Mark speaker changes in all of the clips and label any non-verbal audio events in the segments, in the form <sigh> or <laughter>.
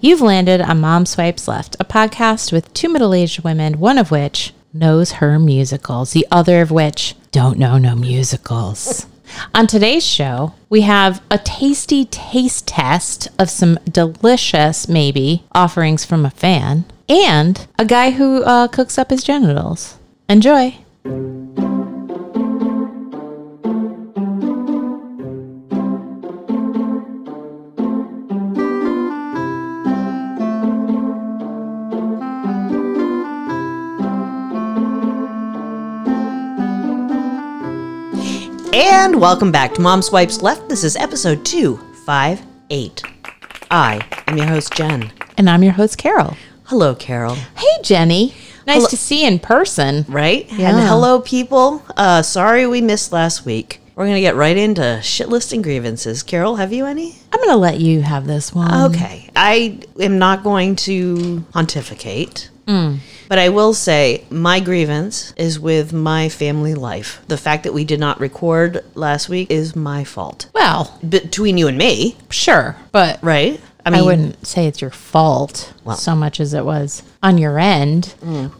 Speaker 1: You've landed on Mom Swipes Left, a podcast with two middle aged women, one of which knows her musicals, the other of which don't know no musicals. on today's show, we have a tasty taste test of some delicious, maybe, offerings from a fan and a guy who uh, cooks up his genitals. Enjoy.
Speaker 2: And welcome back to Mom Swipes Left. This is episode 258. I am your host, Jen.
Speaker 1: And I'm your host, Carol.
Speaker 2: Hello, Carol.
Speaker 1: Hey, Jenny. Nice
Speaker 2: Hello-
Speaker 1: to see you in person.
Speaker 2: Right? And
Speaker 1: Yeah.
Speaker 2: hello, people. Uh, sorry we missed last week. We're going to get right into shit listing grievances. Carol, have you any?
Speaker 1: I'm going to let you have this one.
Speaker 2: Okay. I am not going to pontificate.
Speaker 1: Mm.
Speaker 2: But I will say my grievance is with my family life. The fact that we did not record last week is my fault.
Speaker 1: Well,
Speaker 2: Between you and me,
Speaker 1: sure, but
Speaker 2: right?
Speaker 1: I wouldn't say it's your fault so much as it was on your end.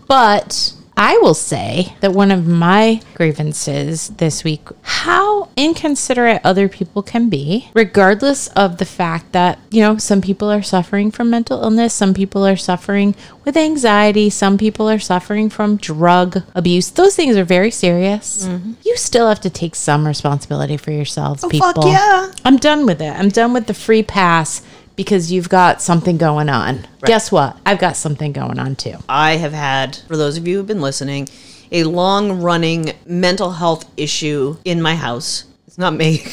Speaker 1: But I will say that one of my grievances this week, how inconsiderate other people can be, regardless of the fact that, you know, some people are suffering from mental illness, some people are suffering with anxiety, some people are suffering from drug abuse. Those things are very serious. You still have to take some responsibility for yourselves, people.
Speaker 2: Oh, fuck yeah.
Speaker 1: I'm done with it. I'm done with the free pass because you've got something going on. Guess what? I've got something going on too.
Speaker 2: I have had, for those of you who've been listening, a long running mental health issue in my house. It's not me. <laughs>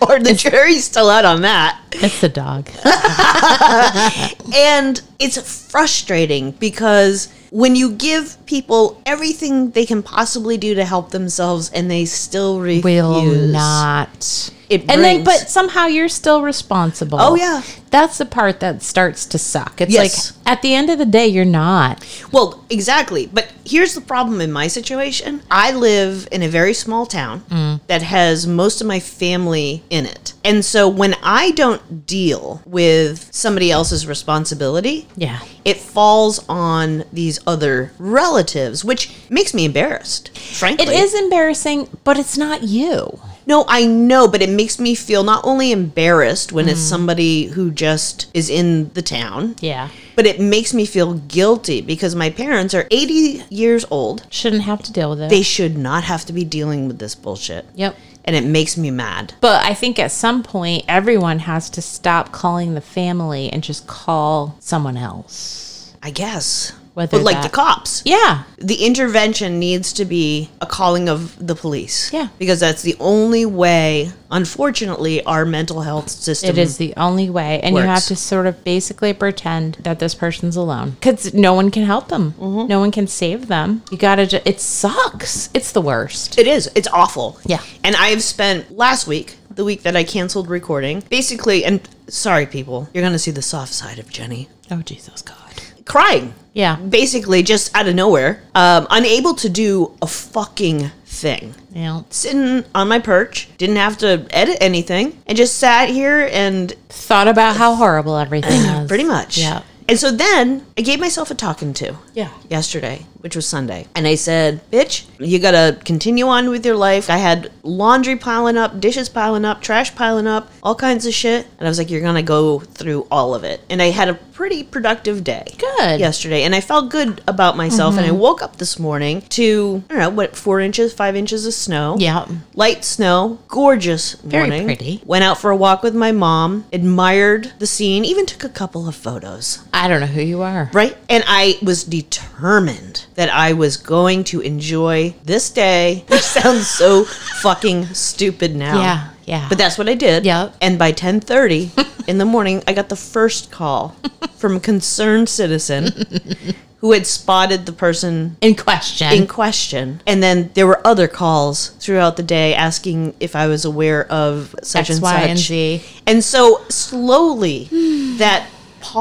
Speaker 2: or the jury's still out on that.
Speaker 1: It's the
Speaker 2: <laughs>
Speaker 1: dog.
Speaker 2: And it's frustrating because when you give people everything they can possibly do to help themselves and they still refuse.
Speaker 1: Will not.
Speaker 2: It
Speaker 1: and then,
Speaker 2: brings-
Speaker 1: but somehow you're still responsible.
Speaker 2: Oh, yeah.
Speaker 1: That's the part that starts to suck. It's
Speaker 2: Yes.
Speaker 1: like at the end of the day, you're not.
Speaker 2: Well, exactly. But here's the problem in my situation I live in a very small town
Speaker 1: Mm.
Speaker 2: that has most of my family in it. And so when I don't deal with somebody else's responsibility,
Speaker 1: Yeah.
Speaker 2: it falls on these other relatives, which makes me embarrassed, frankly.
Speaker 1: It is embarrassing, but it's not you.
Speaker 2: No, I know, but it makes me feel not only embarrassed when
Speaker 1: Mm.
Speaker 2: it's somebody who just is in the town.
Speaker 1: Yeah.
Speaker 2: But it makes me feel guilty because my parents are 80 years old.
Speaker 1: Shouldn't have to deal with it.
Speaker 2: they should not have to be dealing with this bullshit.
Speaker 1: yep.
Speaker 2: And it makes me mad.
Speaker 1: But I think at some point, everyone has to stop calling the family and just call someone else.
Speaker 2: I guess.
Speaker 1: Whether
Speaker 2: but like
Speaker 1: that-
Speaker 2: the cops.
Speaker 1: Yeah.
Speaker 2: The intervention needs to be a calling of the police.
Speaker 1: Yeah.
Speaker 2: Because that's the only way, unfortunately, our mental health system
Speaker 1: It is the only way. And you have
Speaker 2: works.
Speaker 1: to sort of basically pretend that this person's alone because no one can help them.
Speaker 2: Mm-hmm.
Speaker 1: No one can save them. You got to, ju- it sucks. It's the worst.
Speaker 2: It is. It's awful.
Speaker 1: Yeah.
Speaker 2: And I have spent last week, the week that I canceled recording, basically and sorry people, you're gonna see the soft side of Jenny.
Speaker 1: Oh, Jesus God.
Speaker 2: Crying.
Speaker 1: Yeah.
Speaker 2: Basically just out of nowhere. Um, unable to do a fucking thing.
Speaker 1: Yeah.
Speaker 2: sitting on my perch, didn't have to edit anything, and just sat here and
Speaker 1: Thought about how horrible everything is.
Speaker 2: <clears throat> pretty much.
Speaker 1: Yeah.
Speaker 2: And so then I gave myself a talking to.
Speaker 1: Yeah.
Speaker 2: Yesterday, which was Sunday. And I said, Bitch, you gotta continue on with your life. I had laundry piling up, dishes piling up, trash piling up, all kinds of shit. And I was like, You're gonna go through all of it. And I had a pretty productive day.
Speaker 1: Good. Mm-hmm.
Speaker 2: Yesterday. And I felt good about myself. And I woke up this morning to, I don't know, what, four inches, five inches of snow
Speaker 1: Yeah.
Speaker 2: light snow, gorgeous
Speaker 1: Very
Speaker 2: morning.
Speaker 1: pretty.
Speaker 2: Went out for a walk with my mom, admired the scene, even took a couple of photos.
Speaker 1: I don't know who you are.
Speaker 2: Right? And I was determined that I was going to enjoy this day, which <laughs> sounds so fucking stupid now.
Speaker 1: Yeah, yeah.
Speaker 2: But that's what I did.
Speaker 1: Yep.
Speaker 2: And
Speaker 1: <laughs>
Speaker 2: by 10:30 in the morning, I got the first call from a concerned citizen
Speaker 1: <laughs>
Speaker 2: who had spotted the person
Speaker 1: In question.
Speaker 2: in question. And then there were other calls throughout the day asking if I was aware of such
Speaker 1: X,
Speaker 2: and
Speaker 1: Y,
Speaker 2: such.
Speaker 1: and Z.
Speaker 2: And so
Speaker 1: <sighs>
Speaker 2: slowly that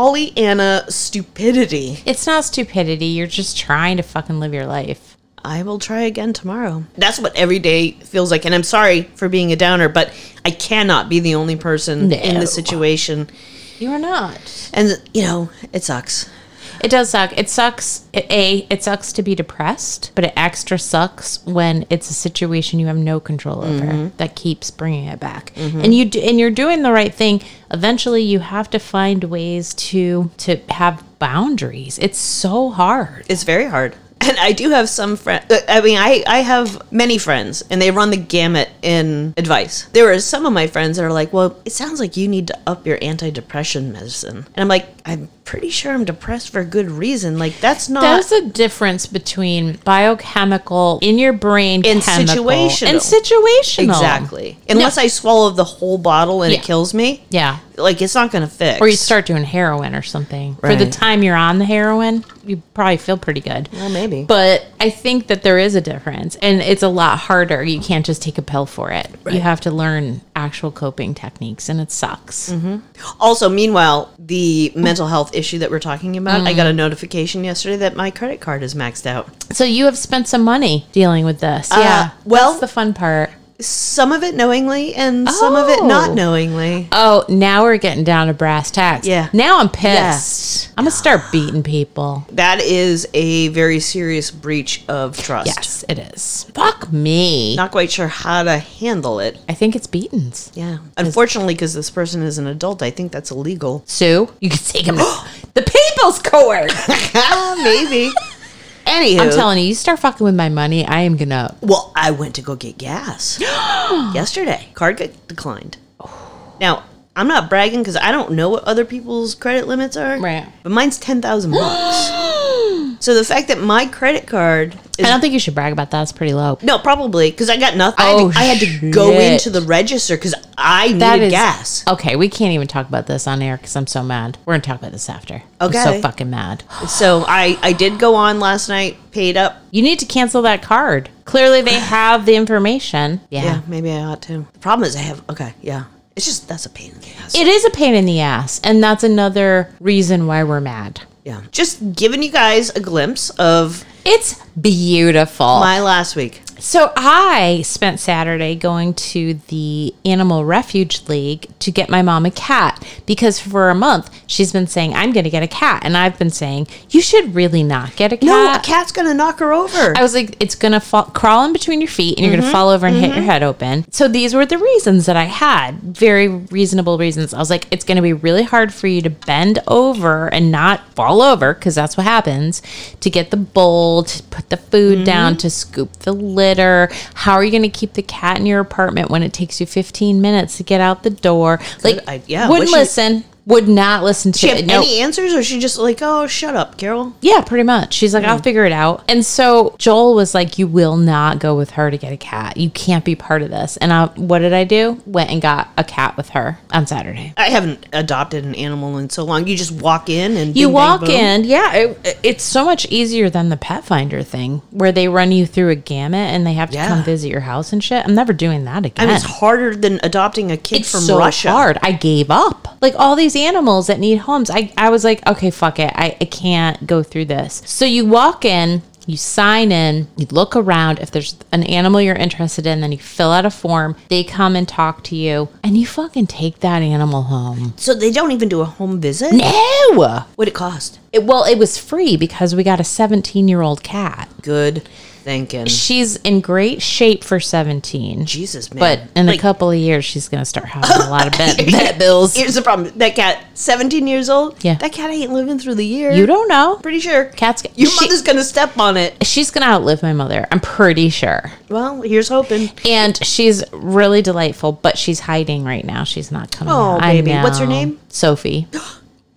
Speaker 2: Pollyanna stupidity.
Speaker 1: it's not stupidity. You're just trying to fucking live your life.
Speaker 2: I will try again tomorrow. That's what every day feels like. And I'm sorry for being a downer, but I cannot be the only person in
Speaker 1: No.
Speaker 2: this situation.
Speaker 1: You are not.
Speaker 2: And, you know, it sucks.
Speaker 1: It does suck. It sucks. It, a, it sucks to be depressed, but it extra sucks when it's a situation you have no control over that keeps bringing it back. And you do, and you're doing the right thing. Eventually, you have to find ways to to have boundaries. It's so hard.
Speaker 2: It's very hard. <laughs> And I do have some friends. I mean, I, I have many friends, and they run the gamut in advice. There are some of my friends that are like, well, it sounds like you need to up your antidepressant medicine. And I'm like, I'm pretty sure I'm depressed for a good reason. Like, that's not.
Speaker 1: There's a difference between biochemical in your brain
Speaker 2: And
Speaker 1: chemical, and
Speaker 2: situational.
Speaker 1: situational.
Speaker 2: exactly. Unless I swallow the whole bottle and
Speaker 1: Yeah.
Speaker 2: it kills me.
Speaker 1: Yeah.
Speaker 2: Like, it's not going to fix.
Speaker 1: Or you start doing heroin or something. For the
Speaker 2: Right.
Speaker 1: time you're on the heroin, you probably feel pretty good.
Speaker 2: Well, maybe.
Speaker 1: But I think that there is a difference and it's a lot harder. You can't just take a pill for it. You have to learn actual coping techniques and it sucks.
Speaker 2: Mm-hmm. Also, meanwhile, the mental health issue that we're talking about,
Speaker 1: Mm.
Speaker 2: I got a notification yesterday that my credit card is maxed out.
Speaker 1: So you have spent some money dealing with this. yeah.
Speaker 2: Uh, well-
Speaker 1: That's the fun part.
Speaker 2: Some of it knowingly and some of it
Speaker 1: Oh.
Speaker 2: not knowingly.
Speaker 1: Oh, now we're getting down to brass tacks.
Speaker 2: Yeah.
Speaker 1: Now I'm pissed. I'm going to start beating people.
Speaker 2: That is a very serious breach of trust.
Speaker 1: Yes, it is. Fuck me.
Speaker 2: Not quite sure how to handle it.
Speaker 1: I think it's beatings.
Speaker 2: Yeah. Unfortunately, because this person is an adult, I think that's illegal.
Speaker 1: <laughs> Sue, you can take
Speaker 2: <gasps>
Speaker 1: him to the people's court.
Speaker 2: Maybe. Anywho.
Speaker 1: Ah, I'm telling you, you start fucking with my money, I am gonna.
Speaker 2: Well, I went to go
Speaker 1: <gasps>
Speaker 2: get gas yesterday. Card got declined. Now, I'm not bragging because I don't know what other people's credit limits are.
Speaker 1: Right.
Speaker 2: But mine's 10,000 bucks.
Speaker 1: <gasps>
Speaker 2: so the fact that my credit card is.
Speaker 1: I don't think you should brag about that. It's pretty low.
Speaker 2: no, probably because I got nothing.
Speaker 1: Oh,
Speaker 2: I had to, I had to go
Speaker 1: shit.
Speaker 2: into the register because I
Speaker 1: That
Speaker 2: needed
Speaker 1: is
Speaker 2: gas.
Speaker 1: Okay, we can't even talk about this on air because I'm so mad. We're gonna talk about this after. I'm so
Speaker 2: Okay.
Speaker 1: fucking mad. <gasps>
Speaker 2: So I, I did go on last night, paid up.
Speaker 1: You need to cancel that card. Clearly,
Speaker 2: <sighs>
Speaker 1: they have the information. Yeah.
Speaker 2: Yeah, maybe I ought to. The problem is I have. Okay, yeah. It's just that's a pain in the ass.
Speaker 1: It is a pain in the ass, and that's another reason why we're mad.
Speaker 2: yeah. Just giving you guys a glimpse of
Speaker 1: It's beautiful.
Speaker 2: my last week.
Speaker 1: So I spent Saturday going to the Animal Refuge League to get my mom a cat because for a month she's been saying I'm going to get a cat and I've been saying you should really not get a cat.
Speaker 2: No, a cat's gonna knock her over.
Speaker 1: I was like, it's gonna fall, crawl in between your feet, and you're
Speaker 2: Mm-hmm.
Speaker 1: gonna fall over and hit your head open. So these were the reasons that I had, very reasonable reasons. I was like, it's gonna be really hard for you to bend over and not fall over because that's what happens. To get the bowl, to put the food
Speaker 2: Mm-hmm.
Speaker 1: down, to scoop the litter. How are you gonna keep the cat in your apartment when it takes you 15 minutes to get out the door? Like,
Speaker 2: I- yeah,
Speaker 1: wouldn't
Speaker 2: what she-
Speaker 1: listen. Would not listen to
Speaker 2: she
Speaker 1: it.
Speaker 2: have
Speaker 1: Nope.
Speaker 2: any answers, or she just like, oh, shut up, Carol.
Speaker 1: Yeah, pretty much. She's like,
Speaker 2: Mm.
Speaker 1: I'll figure it out. And so Joel was like, You will not go with her to get a cat. You can't be part of this. And I, what did I do? Went and got a cat with her on Saturday.
Speaker 2: I haven't adopted an animal in so long. You just walk in and
Speaker 1: You
Speaker 2: bing, bang,
Speaker 1: walk
Speaker 2: boom.
Speaker 1: in, yeah. It, it's so much easier than the pet finder thing, where they run you through a gamut and they have to
Speaker 2: Yeah.
Speaker 1: come visit your house and shit. I'm never doing that
Speaker 2: I
Speaker 1: again.
Speaker 2: mean, it's harder than adopting a kid
Speaker 1: it's
Speaker 2: from
Speaker 1: so
Speaker 2: Russia.
Speaker 1: hard. I gave up. Like all these animals that need homes. I, I was like, okay, fuck it. I, I can't go through this. So you walk in, you sign in, you look around. If there's an animal you're interested in, then you fill out a form. They come and talk to you, and you fucking take that animal home.
Speaker 2: So they don't even do a home visit.
Speaker 1: No.
Speaker 2: What'd it cost?
Speaker 1: It, well, it was free because we got a 17 year old cat.
Speaker 2: Good thinking.
Speaker 1: She's in great shape for 17.
Speaker 2: Jesus, man.
Speaker 1: But in
Speaker 2: Like,
Speaker 1: a couple of years, she's going to start having a
Speaker 2: <laughs>
Speaker 1: lot of bed, vet bills.
Speaker 2: Here's the problem. That cat, 17 years old.
Speaker 1: Yeah.
Speaker 2: That cat ain't living through the year.
Speaker 1: You don't know.
Speaker 2: Pretty sure.
Speaker 1: Cat's-
Speaker 2: Your
Speaker 1: she-
Speaker 2: mother's gonna step on it.
Speaker 1: she's gonna outlive my mother i'm pretty sure
Speaker 2: Well,
Speaker 1: <laughs>
Speaker 2: here's hoping.
Speaker 1: and she's really delightful but she's hiding right now she's not coming
Speaker 2: Oh,
Speaker 1: out. I
Speaker 2: baby. What's her
Speaker 1: know.
Speaker 2: name? <gasps>
Speaker 1: sophie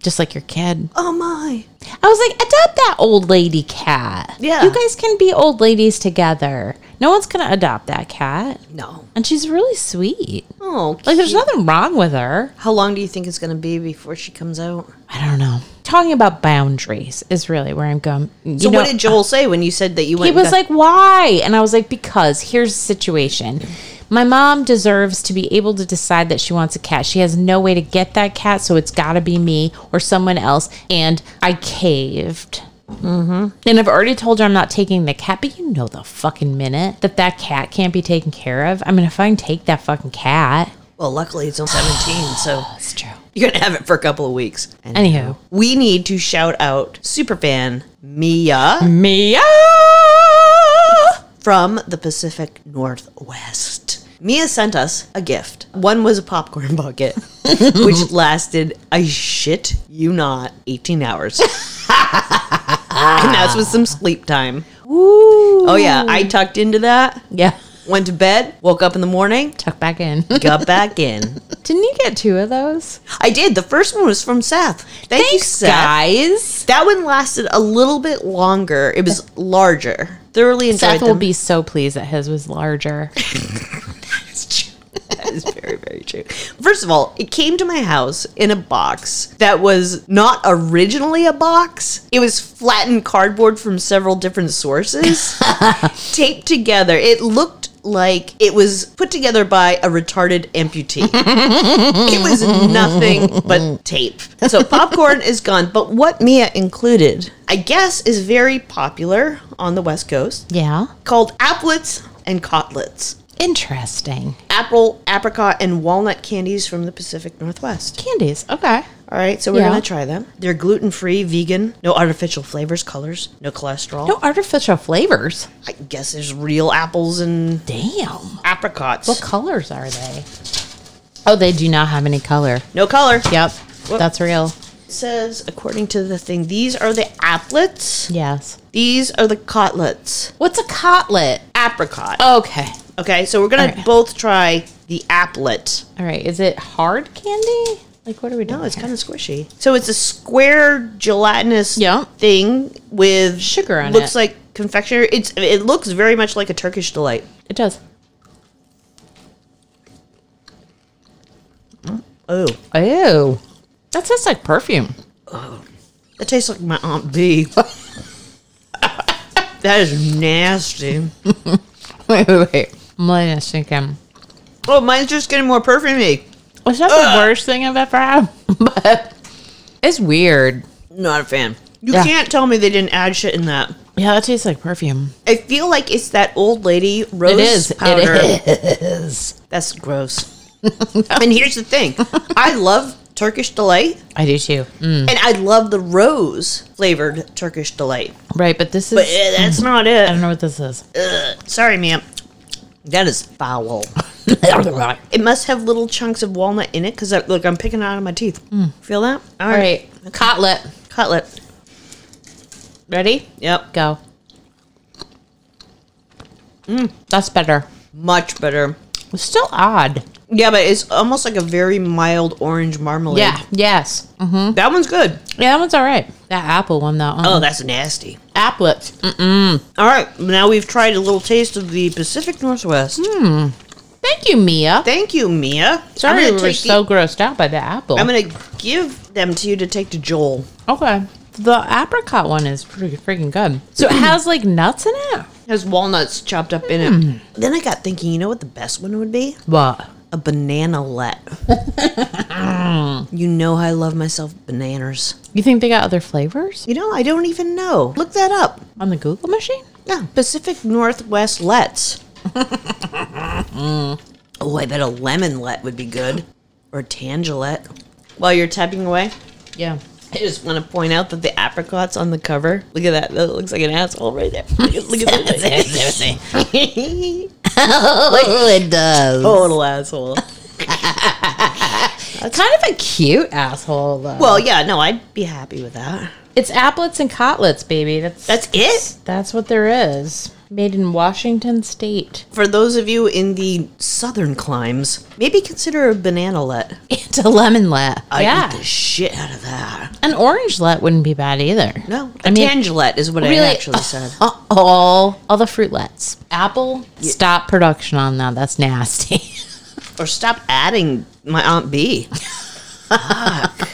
Speaker 1: just like your kid
Speaker 2: Oh my.
Speaker 1: i was like adopt that old lady cat
Speaker 2: Yeah.
Speaker 1: you guys can be old ladies together no one's gonna adopt that cat
Speaker 2: No.
Speaker 1: and she's really sweet
Speaker 2: Oh,
Speaker 1: like there's nothing wrong with her
Speaker 2: How long do you think it's going to be before she comes out?
Speaker 1: i don't know talking about boundaries is really where i'm going you
Speaker 2: So
Speaker 1: know, uh,
Speaker 2: what did Joel say when you said that you went?
Speaker 1: He was
Speaker 2: and
Speaker 1: like, "Why?" And I was like, "Because here's the situation. My mom deserves to be able to decide that she wants a cat. She has no way to get that cat, so it's got to be me or someone else." And I caved. And I've already told her I'm not taking the cat, but you know the fucking minute that that cat can't be taken care of, I'm gonna fucking take that fucking cat.
Speaker 2: got- well, luckily it's only seventeen, so <laughs>
Speaker 1: That's true.
Speaker 2: You're gonna have it for a couple of weeks.
Speaker 1: Anywho.
Speaker 2: we need to shout out superfan Mia
Speaker 1: Mia.
Speaker 2: from the Pacific Northwest. Mia sent us a gift. One was a
Speaker 1: <laughs>
Speaker 2: popcorn bucket, which lasted, I shit you not, 18 hours. <laughs> and that's with some sleep time.
Speaker 1: Ooh.
Speaker 2: Oh, yeah. I tucked into that,
Speaker 1: Yeah.
Speaker 2: went to bed, woke up in the morning,
Speaker 1: Tuck back in. <laughs>
Speaker 2: got back in.
Speaker 1: Didn't you get two of those?
Speaker 2: I did. The first one was from Seth. Thank you, Seth.
Speaker 1: guys.
Speaker 2: That one lasted a little bit longer. It was larger. Thoroughly enjoyed
Speaker 1: Seth will
Speaker 2: them.
Speaker 1: be so pleased that his was larger.
Speaker 2: that is very, very true. First of all, it came to my house in a box that was not originally a box. It was flattened cardboard from several different sources taped together. It looked like it was put together by a retarded amputee. it was nothing but tape. So popcorn is gone. But what Mia included, I guess, is very popular on the West Coast
Speaker 1: Yeah.
Speaker 2: called applets and cotlets
Speaker 1: Interesting.
Speaker 2: apple, apricot, and walnut candies from the Pacific Northwest.
Speaker 1: Candies. Okay.
Speaker 2: All right, so we're
Speaker 1: Yeah.
Speaker 2: gonna try them. They're gluten free, vegan, no artificial flavors, colors, no cholesterol.
Speaker 1: No artificial flavors.
Speaker 2: I guess there's real apples and
Speaker 1: Damn.
Speaker 2: apricots.
Speaker 1: What colors are they? Oh, they do not have any color.
Speaker 2: no color.
Speaker 1: Yep. That's real.
Speaker 2: It says according to the thing, these are the applets.
Speaker 1: Yes.
Speaker 2: These are the cotlets.
Speaker 1: What's a cotlet?
Speaker 2: Apricot.
Speaker 1: Okay.
Speaker 2: Okay, so we're gonna
Speaker 1: All right.
Speaker 2: both try the applet.
Speaker 1: All right. Is it hard candy? Like, what are we doing?
Speaker 2: No, Oh, it's kind of squishy. So it's a square gelatinous
Speaker 1: Yeah.
Speaker 2: thing with
Speaker 1: Sugar on it.
Speaker 2: looks like confectionery. It's it looks very much like a Turkish delight.
Speaker 1: It does.
Speaker 2: Oh,
Speaker 1: Ew. That tastes like perfume. <laughs>
Speaker 2: that tastes like my aunt B. <laughs> that is nasty.
Speaker 1: Wait, wait, wait. I'm letting it sink in.
Speaker 2: Oh, mine's just getting more perfumey.
Speaker 1: It's not the worst thing I've ever had, <laughs> but it's weird.
Speaker 2: Not a fan. You
Speaker 1: Yeah.
Speaker 2: can't tell me they didn't add shit in that.
Speaker 1: Yeah, that tastes like perfume.
Speaker 2: I feel like it's that old lady rose
Speaker 1: It is.
Speaker 2: powder.
Speaker 1: It is.
Speaker 2: That's gross. <laughs> and here's the thing, I love Turkish delight.
Speaker 1: I do too. Mm.
Speaker 2: And I love the rose flavored Turkish delight.
Speaker 1: Right, but this is.
Speaker 2: But eh, that's not
Speaker 1: I
Speaker 2: it.
Speaker 1: don't know what this is.
Speaker 2: Sorry, ma'am. That is foul.
Speaker 1: <laughs> All
Speaker 2: It must have little chunks of walnut in it because, look, I'm picking it out of my teeth. Feel that? All right.
Speaker 1: Hmm. right, cotlet.
Speaker 2: Cutlet.
Speaker 1: Ready?
Speaker 2: Yep.
Speaker 1: Go. Mm, That's better.
Speaker 2: Much better.
Speaker 1: It's still odd.
Speaker 2: Yeah, but it's almost like a very mild orange marmalade. Mm-hmm.
Speaker 1: Yeah. Yes. Mm.
Speaker 2: That one's good.
Speaker 1: Yeah, that one's all right. That apple one, that one.
Speaker 2: Oh, that's nasty.
Speaker 1: Applets. Mm.
Speaker 2: All right. Now we've tried a little taste of the Pacific Northwest.
Speaker 1: Thank you, Mia.
Speaker 2: Thank you, Mia.
Speaker 1: Hmm. Sorry,
Speaker 2: I'm
Speaker 1: we
Speaker 2: gonna
Speaker 1: were
Speaker 2: take the-
Speaker 1: so grossed out by the apple.
Speaker 2: I'm going to give them to you to take to Joel.
Speaker 1: Okay. The apricot one is pretty freaking good. So it has like nuts in it?
Speaker 2: has walnuts chopped up in it. Then I got thinking, you know what the best one would be?
Speaker 1: What?
Speaker 2: A banana <laughs> let. you know I love myself bananas.
Speaker 1: You think they got other flavors
Speaker 2: You know, I don't even know. Look that up.
Speaker 1: on the Google machine?
Speaker 2: Yeah, Pacific Northwest lets. <laughs> Oh, I bet a lemon let would be good. Or a tangelet. While you're typing away,
Speaker 1: Yeah.
Speaker 2: I just want to point out that the apricots on the cover. Look at that. That looks like an asshole right <laughs> there. Look at, look
Speaker 1: <laughs>
Speaker 2: at that.
Speaker 1: Oh, it does.
Speaker 2: <laughs> Total asshole.
Speaker 1: It's kind of a cute asshole, though.
Speaker 2: Well, yeah, no, I'd be happy with that.
Speaker 1: it's applets and cotlets, baby. That's, that's
Speaker 2: That's it.
Speaker 1: that's what there is. Made in Washington State.
Speaker 2: For those of you in the southern climes, maybe consider a banana let.
Speaker 1: <laughs> It's a lemon let.
Speaker 2: I
Speaker 1: yeah.
Speaker 2: eat the shit out of that.
Speaker 1: An orange let wouldn't be bad either.
Speaker 2: No, a
Speaker 1: I mean,
Speaker 2: tangelet is what
Speaker 1: really,
Speaker 2: I actually said.
Speaker 1: uh, all all the fruitlets. Apple, stop production on that. That's nasty. <laughs>
Speaker 2: Or stop adding my aunt B. Fuck.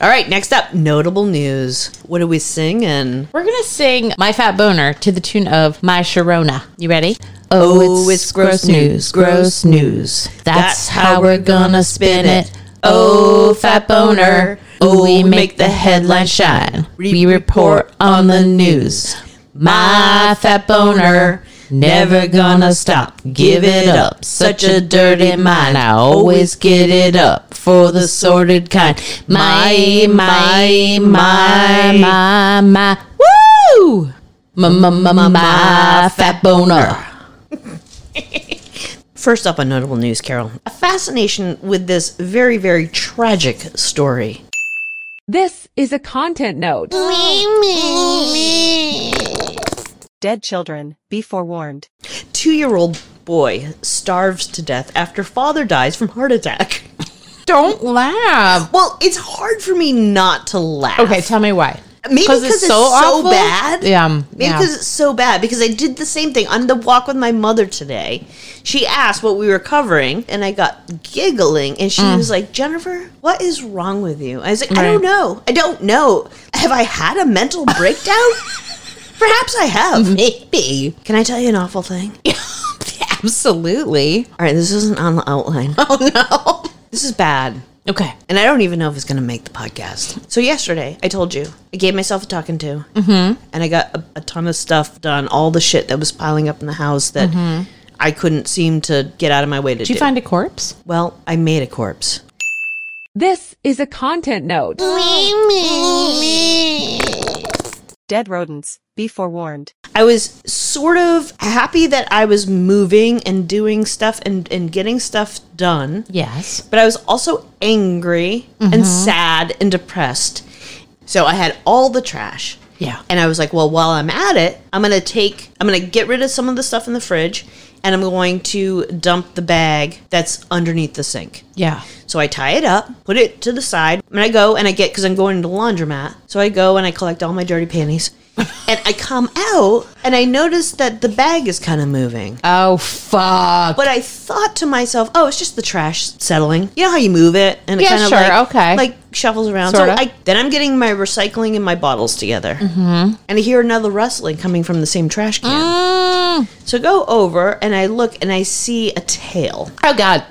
Speaker 2: All right, next up, notable news. What are we singing?
Speaker 1: We're gonna sing "My Fat Boner" to the tune of "My Sharona." You ready?
Speaker 2: Oh, it's gross news, gross news.
Speaker 1: That's how we're gonna spin it. Oh, fat boner. Oh, we make the headline shine. We report on the news. My fat boner. Never gonna stop, give it up. Such a dirty mind, I always get it up for the sordid kind. My, my, my, my, my, woo! My, my, my, my, my fat boner.
Speaker 2: First up on Notable News, Carol. A fascination with this very, very tragic story.
Speaker 3: This is a content note.
Speaker 4: Dead children, be forewarned.
Speaker 2: Two year old boy starves to death after father dies from heart attack. <laughs>
Speaker 1: Don't laugh.
Speaker 2: Well, it's hard for me not to laugh.
Speaker 1: Okay, tell me why.
Speaker 2: Maybe because it's, so,
Speaker 1: awful?
Speaker 2: bad.
Speaker 1: Yeah.
Speaker 2: Maybe
Speaker 1: yeah.
Speaker 2: because it's so bad. Because I did the same thing on the walk with my mother today. She asked what we were covering, and I got giggling. And she was like, "Jennifer, what is wrong with you?" I was like, "I don't
Speaker 1: Right.
Speaker 2: know. I don't know. Have I had a mental breakdown? Perhaps I have.
Speaker 1: maybe. <laughs>
Speaker 2: Can I tell you an awful thing?
Speaker 1: Absolutely.
Speaker 2: All right, this isn't on the outline. Oh no, <laughs> this is bad.
Speaker 1: Okay.
Speaker 2: And I don't even know if it's going to make the podcast. So yesterday, I told you I gave myself a talking to, mm-hmm. and I got a, a ton of stuff done. All the shit that was piling up in the house that I couldn't seem to get out of my way to
Speaker 1: Mm-hmm. Did you
Speaker 2: do.
Speaker 1: find a corpse?
Speaker 2: well, I made a corpse.
Speaker 3: This is a content note.
Speaker 4: Dead rodents, be forewarned.
Speaker 2: I was sort of happy that I was moving and doing stuff and, and getting stuff done.
Speaker 1: Yes.
Speaker 2: but I was also angry and sad and depressed. So I had all the trash.
Speaker 1: Yeah.
Speaker 2: And I was like, well, while I'm at it, I'm going to take, I'm going to get rid of some of the stuff in the fridge and I'm going to dump the bag that's underneath the sink.
Speaker 1: Yeah.
Speaker 2: So I tie it up, put it to the side, and I go and I get because I'm going to the laundromat. So I go and I collect all my dirty panties, and I come out and I notice that the bag is kind of moving.
Speaker 1: Oh fuck.
Speaker 2: But I thought to myself, oh, it's just the trash settling. You know how you move it, and it
Speaker 1: Yeah,
Speaker 2: kind of
Speaker 1: sure,
Speaker 2: like,
Speaker 1: okay.
Speaker 2: like shuffles around.
Speaker 1: Sorta.
Speaker 2: So I, then I'm getting my recycling and my bottles together,
Speaker 1: Mm-hmm.
Speaker 2: and I hear another rustling coming from the same trash can.
Speaker 1: Mm.
Speaker 2: So I go over and I look and I see a tail.
Speaker 1: Oh god.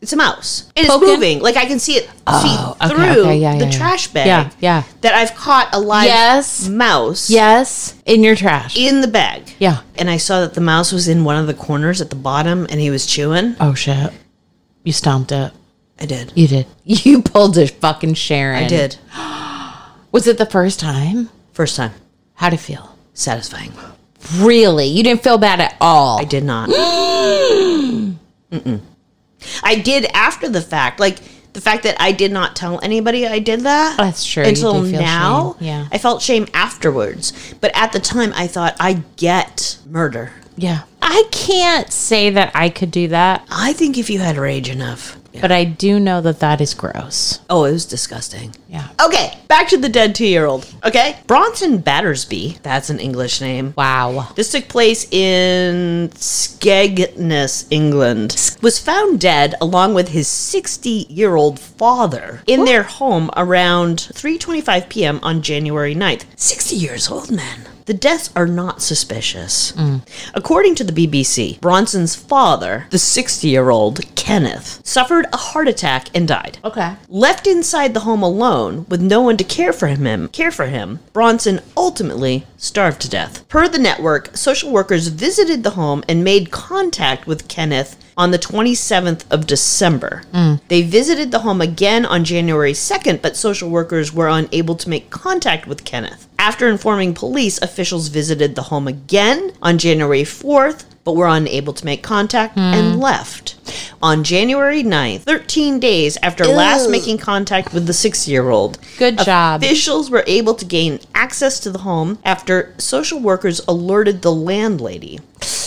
Speaker 2: It's a mouse. It is
Speaker 1: Poking? Oh,
Speaker 2: moving. Like I can see it see
Speaker 1: okay,
Speaker 2: through
Speaker 1: okay, yeah, yeah,
Speaker 2: the
Speaker 1: yeah.
Speaker 2: trash bag.
Speaker 1: Yeah, yeah.
Speaker 2: That I've caught a live
Speaker 1: Yes.
Speaker 2: mouse.
Speaker 1: Yes. In your trash.
Speaker 2: In the bag.
Speaker 1: Yeah.
Speaker 2: And I saw that the mouse was in one of the corners at the bottom and he was chewing.
Speaker 1: Oh shit. You stomped it.
Speaker 2: I did.
Speaker 1: You did. You pulled a fucking Sharon.
Speaker 2: I did.
Speaker 1: Was it the first time?
Speaker 2: First time.
Speaker 1: How'd it feel?
Speaker 2: Satisfying.
Speaker 1: Really? You didn't feel bad at all.
Speaker 2: I did <gasps> not. Mm-mm. I did after the fact. Like the fact that I did not tell anybody I did that.
Speaker 1: That's true. You
Speaker 2: Until
Speaker 1: do feel
Speaker 2: now.
Speaker 1: shame. Yeah.
Speaker 2: I felt shame afterwards. But at the time I thought I get murder.
Speaker 1: yeah. I can't say that I could do that,
Speaker 2: I think if you had rage enough.
Speaker 1: but I do know that that is gross.
Speaker 2: Oh, it was disgusting.
Speaker 1: Yeah.
Speaker 2: Okay, back to the dead two year old. Okay. Bronson Battersby. That's an English name.
Speaker 1: Wow.
Speaker 2: This took place in Skegness, England. Was found dead along with his 60-year-old father in their home around 3:25 p.m. on January 9th. 60 years old, man. The deaths are not suspicious. According to the BBC, Bronson's father, the 60-year-old Kenneth, suffered a heart attack and died.
Speaker 1: Okay.
Speaker 2: Left inside the home alone with no one to care for him, care for him, Bronson ultimately starved to death. Per the network, social workers visited the home and made contact with Kenneth on the 27th of December. They visited the home again on January 2nd, but social workers were unable to make contact with Kenneth. After informing police, officials visited the home again on January 4th, but were unable to make contact
Speaker 1: Hmm.
Speaker 2: and left. On January 9th, 13 days after last making contact with the six year old,
Speaker 1: Good job.
Speaker 2: officials were able to gain access to the home after social workers alerted the landlady.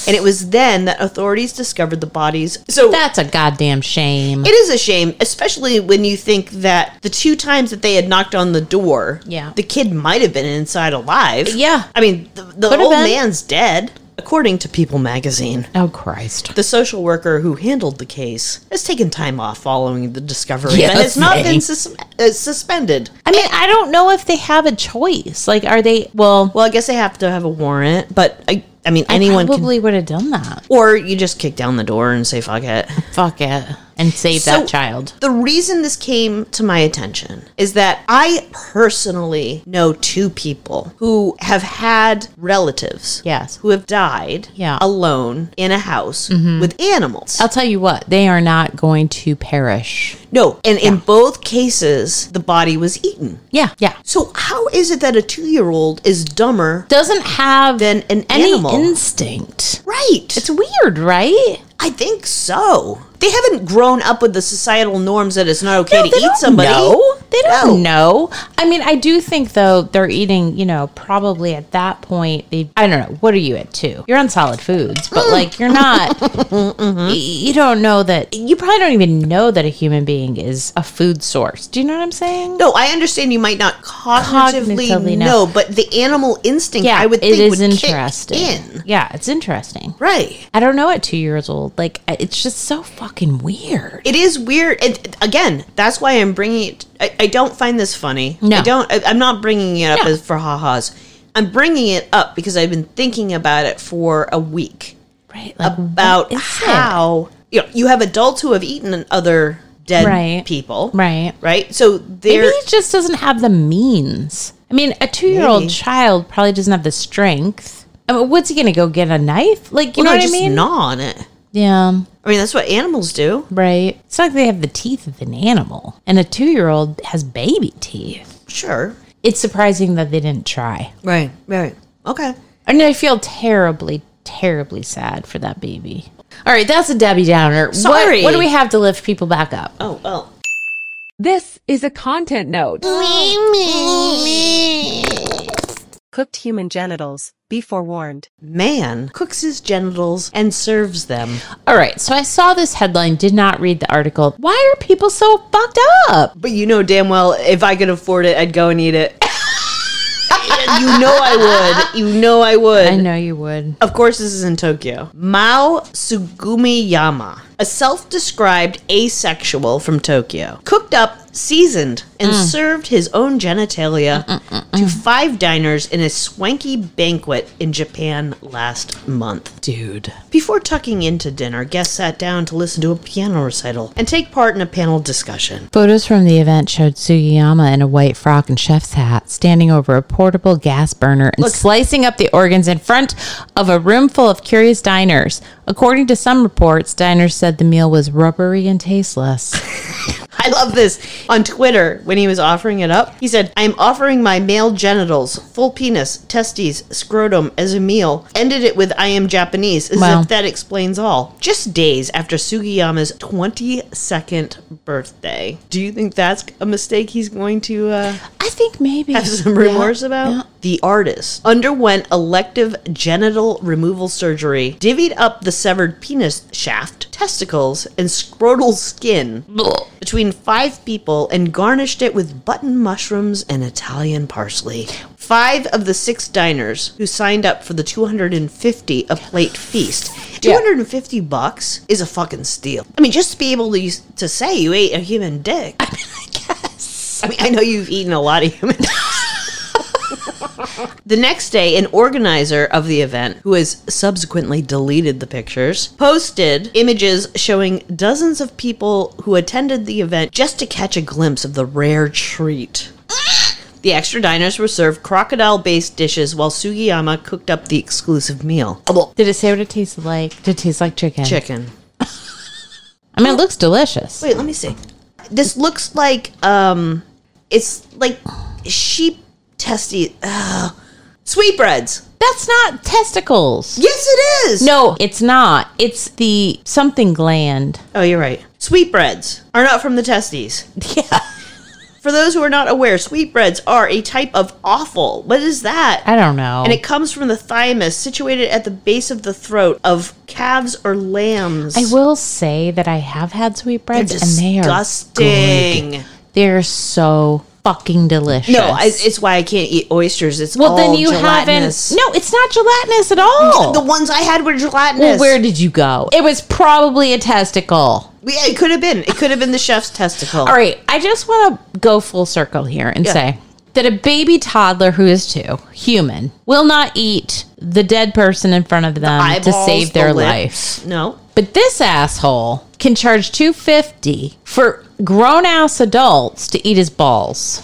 Speaker 2: And it was then that authorities discovered the bodies. So
Speaker 1: That's a goddamn shame.
Speaker 2: it is a shame, especially when you think that the two times that they had knocked on the door,
Speaker 1: Yeah.
Speaker 2: the kid might have been inside alive.
Speaker 1: Yeah.
Speaker 2: I mean, the, the
Speaker 1: Could have
Speaker 2: old
Speaker 1: been.
Speaker 2: man's dead, according to People magazine.
Speaker 1: oh Christ.
Speaker 2: The social worker who handled the case has taken time off following the discovery
Speaker 1: Yeah,
Speaker 2: and has not
Speaker 1: okay.
Speaker 2: been sus- uh, suspended.
Speaker 1: I mean, I don't know if they have a choice. Like, are they? Well,
Speaker 2: Well, I guess they have to have a warrant, but I, I mean,
Speaker 1: I
Speaker 2: anyone can.
Speaker 1: probably would have done that.
Speaker 2: Or you just kick down the door and say, fuck it.
Speaker 1: Fuck it. and save
Speaker 2: So,
Speaker 1: that child.
Speaker 2: The reason this came to my attention is that I personally know two people who have had relatives,
Speaker 1: Yes.
Speaker 2: who have died,
Speaker 1: Yeah. Mm-hmm.
Speaker 2: alone in a house with animals.
Speaker 1: I'll tell you what, they are not going to perish.
Speaker 2: no, and in both cases, the body was eaten.
Speaker 1: Yeah, yeah.
Speaker 2: So how is it that a two-year-old is dumber?
Speaker 1: Doesn't have
Speaker 2: Than an
Speaker 1: any
Speaker 2: animal.
Speaker 1: instinct.
Speaker 2: Right.
Speaker 1: It's weird, right?
Speaker 2: I think so. They haven't grown up with the societal norms that it's not okay to eat somebody.
Speaker 1: know. They don't
Speaker 2: No.
Speaker 1: know. I mean, I do think though they're eating. You know, probably at that point they. I don't know. What are you at two? You're on solid foods, but like you're
Speaker 2: <laughs>
Speaker 1: not.
Speaker 2: Mm-hmm.
Speaker 1: y- You don't know that. You probably don't even know that a human being is a food source. Do you know what I'm saying?
Speaker 2: No, I understand you might not cognitively,
Speaker 1: Cognitively, no.
Speaker 2: know, but the animal instinct,
Speaker 1: Yeah,
Speaker 2: I would
Speaker 1: it
Speaker 2: think,
Speaker 1: is
Speaker 2: would
Speaker 1: interesting.
Speaker 2: kick in.
Speaker 1: Yeah, it's interesting.
Speaker 2: Right.
Speaker 1: I don't know at two years old. Like I- it's just so fucking weird.
Speaker 2: It is weird. And again, that's why I'm bringing it. I, I don't find this funny.
Speaker 1: No.
Speaker 2: I don't. I, I'm not bringing it up
Speaker 1: No.
Speaker 2: as for ha-has. I'm bringing it up because I've been thinking about it for a week
Speaker 1: right. Like what
Speaker 2: about
Speaker 1: is it?
Speaker 2: how you know you have adults who have eaten other dead
Speaker 1: Right.
Speaker 2: people.
Speaker 1: Right.
Speaker 2: Right. So they're
Speaker 1: Maybe he just doesn't have the means. I mean, a two-year-old
Speaker 2: Maybe.
Speaker 1: child probably doesn't have the strength. I mean, what's he gonna go get a knife? Like you
Speaker 2: well,
Speaker 1: know what
Speaker 2: they
Speaker 1: I
Speaker 2: just
Speaker 1: mean?
Speaker 2: gnaw on it.
Speaker 1: yeah,
Speaker 2: I mean, that's what animals do.
Speaker 1: right. It's not like they have the teeth of an animal, and a two-year-old has baby teeth.
Speaker 2: Sure.
Speaker 1: It's surprising that they didn't try.
Speaker 2: Right. Right. Okay.
Speaker 1: And I feel terribly, terribly sad for that baby. All right, that's a Debbie Downer. What-
Speaker 2: Sorry.
Speaker 1: What, do we have to lift people back up?
Speaker 2: Oh well.
Speaker 3: This is a content note.
Speaker 4: Cooked human genitals. Be forewarned.
Speaker 2: Man cooks his genitals and serves them.
Speaker 1: All right, so I saw this headline, did not read the article. Why are people so fucked up?
Speaker 2: But you know damn well if I could afford it, I'd go and eat it. you know I would. You know I would.
Speaker 1: I know you would.
Speaker 2: Of course, this is in Tokyo. Mao Sugumiyama, a self described asexual from Tokyo, cooked up, seasoned, and served his own genitalia to five diners in a swanky banquet in Japan last month. Dude. Before tucking into dinner, guests sat down to listen to a piano recital and take part in a panel discussion.
Speaker 1: Photos from the event showed Sugiyama in a white frock and chef's hat standing over a portable gas burner and slicing up the organs in front of a room full of curious diners. According to some reports, diners said the meal was rubbery and tasteless.
Speaker 2: <laughs> I love this. On Twitter, when he was offering it up, he said, I am offering my male genitals, full penis, testes, scrotum as a meal. Ended it with, I am Japanese, as
Speaker 1: Wow.
Speaker 2: if that explains all. Just days after Sugiyama's 22nd birthday. Do you think that's a mistake he's going to uh,
Speaker 1: I think maybe.
Speaker 2: have some remorse about? The artist underwent elective genital removal surgery, divvied up the severed penis shaft, testicles, and scrotal skin between five people and garnished it with button mushrooms and Italian parsley. Five of the six diners who signed up for the 250 a plate feast. 250 bucks is a fucking steal. I mean, just to be able to, use, to say you ate a human dick. <laughs> I mean, I guess. I mean, I know you've eaten a lot of human the next day, an organizer of the event, who has subsequently deleted the pictures, posted images showing dozens of people who attended the event just to catch a glimpse of the rare treat. The extra diners were served crocodile based dishes while Sugiyama cooked up the exclusive meal
Speaker 1: Did it say what it tasted like? Did it taste like chicken?
Speaker 2: chicken.
Speaker 1: I mean, it looks delicious.
Speaker 2: Wait, let me see. This looks like um, it's like sheep testy. Uh, sweetbreads.
Speaker 1: That's not testicles.
Speaker 2: Yes, it is.
Speaker 1: No, it's not. It's the something gland.
Speaker 2: Oh, you're right. Sweetbreads are not from the testes.
Speaker 1: <laughs> Yeah.
Speaker 2: For those who are not aware, sweetbreads are a type of offal. What is that?
Speaker 1: I don't know.
Speaker 2: And it comes from the thymus, situated at the base of the throat of calves or lambs.
Speaker 1: I will say that I have had sweetbreads
Speaker 2: They're
Speaker 1: and they are
Speaker 2: disgusting.
Speaker 1: good. They're so fucking delicious.
Speaker 2: No, I, it's why I can't eat oysters. It's
Speaker 1: well
Speaker 2: all
Speaker 1: then you
Speaker 2: gelatinous.
Speaker 1: haven't. No, it's not gelatinous at all.
Speaker 2: The ones I had were
Speaker 1: well,
Speaker 2: gelatinous.
Speaker 1: where did you go? It was probably a testicle.
Speaker 2: Yeah, it could have been. It could have been the chef's testicle.
Speaker 1: All right, I just want to go full circle here and
Speaker 2: Yeah.
Speaker 1: say that a baby toddler who is two, human, will not eat the dead person in front of them to
Speaker 2: Eyeballs,
Speaker 1: save their
Speaker 2: the
Speaker 1: life.
Speaker 2: lips. No.
Speaker 1: But this asshole can charge 250 for grown ass adults to eat his balls.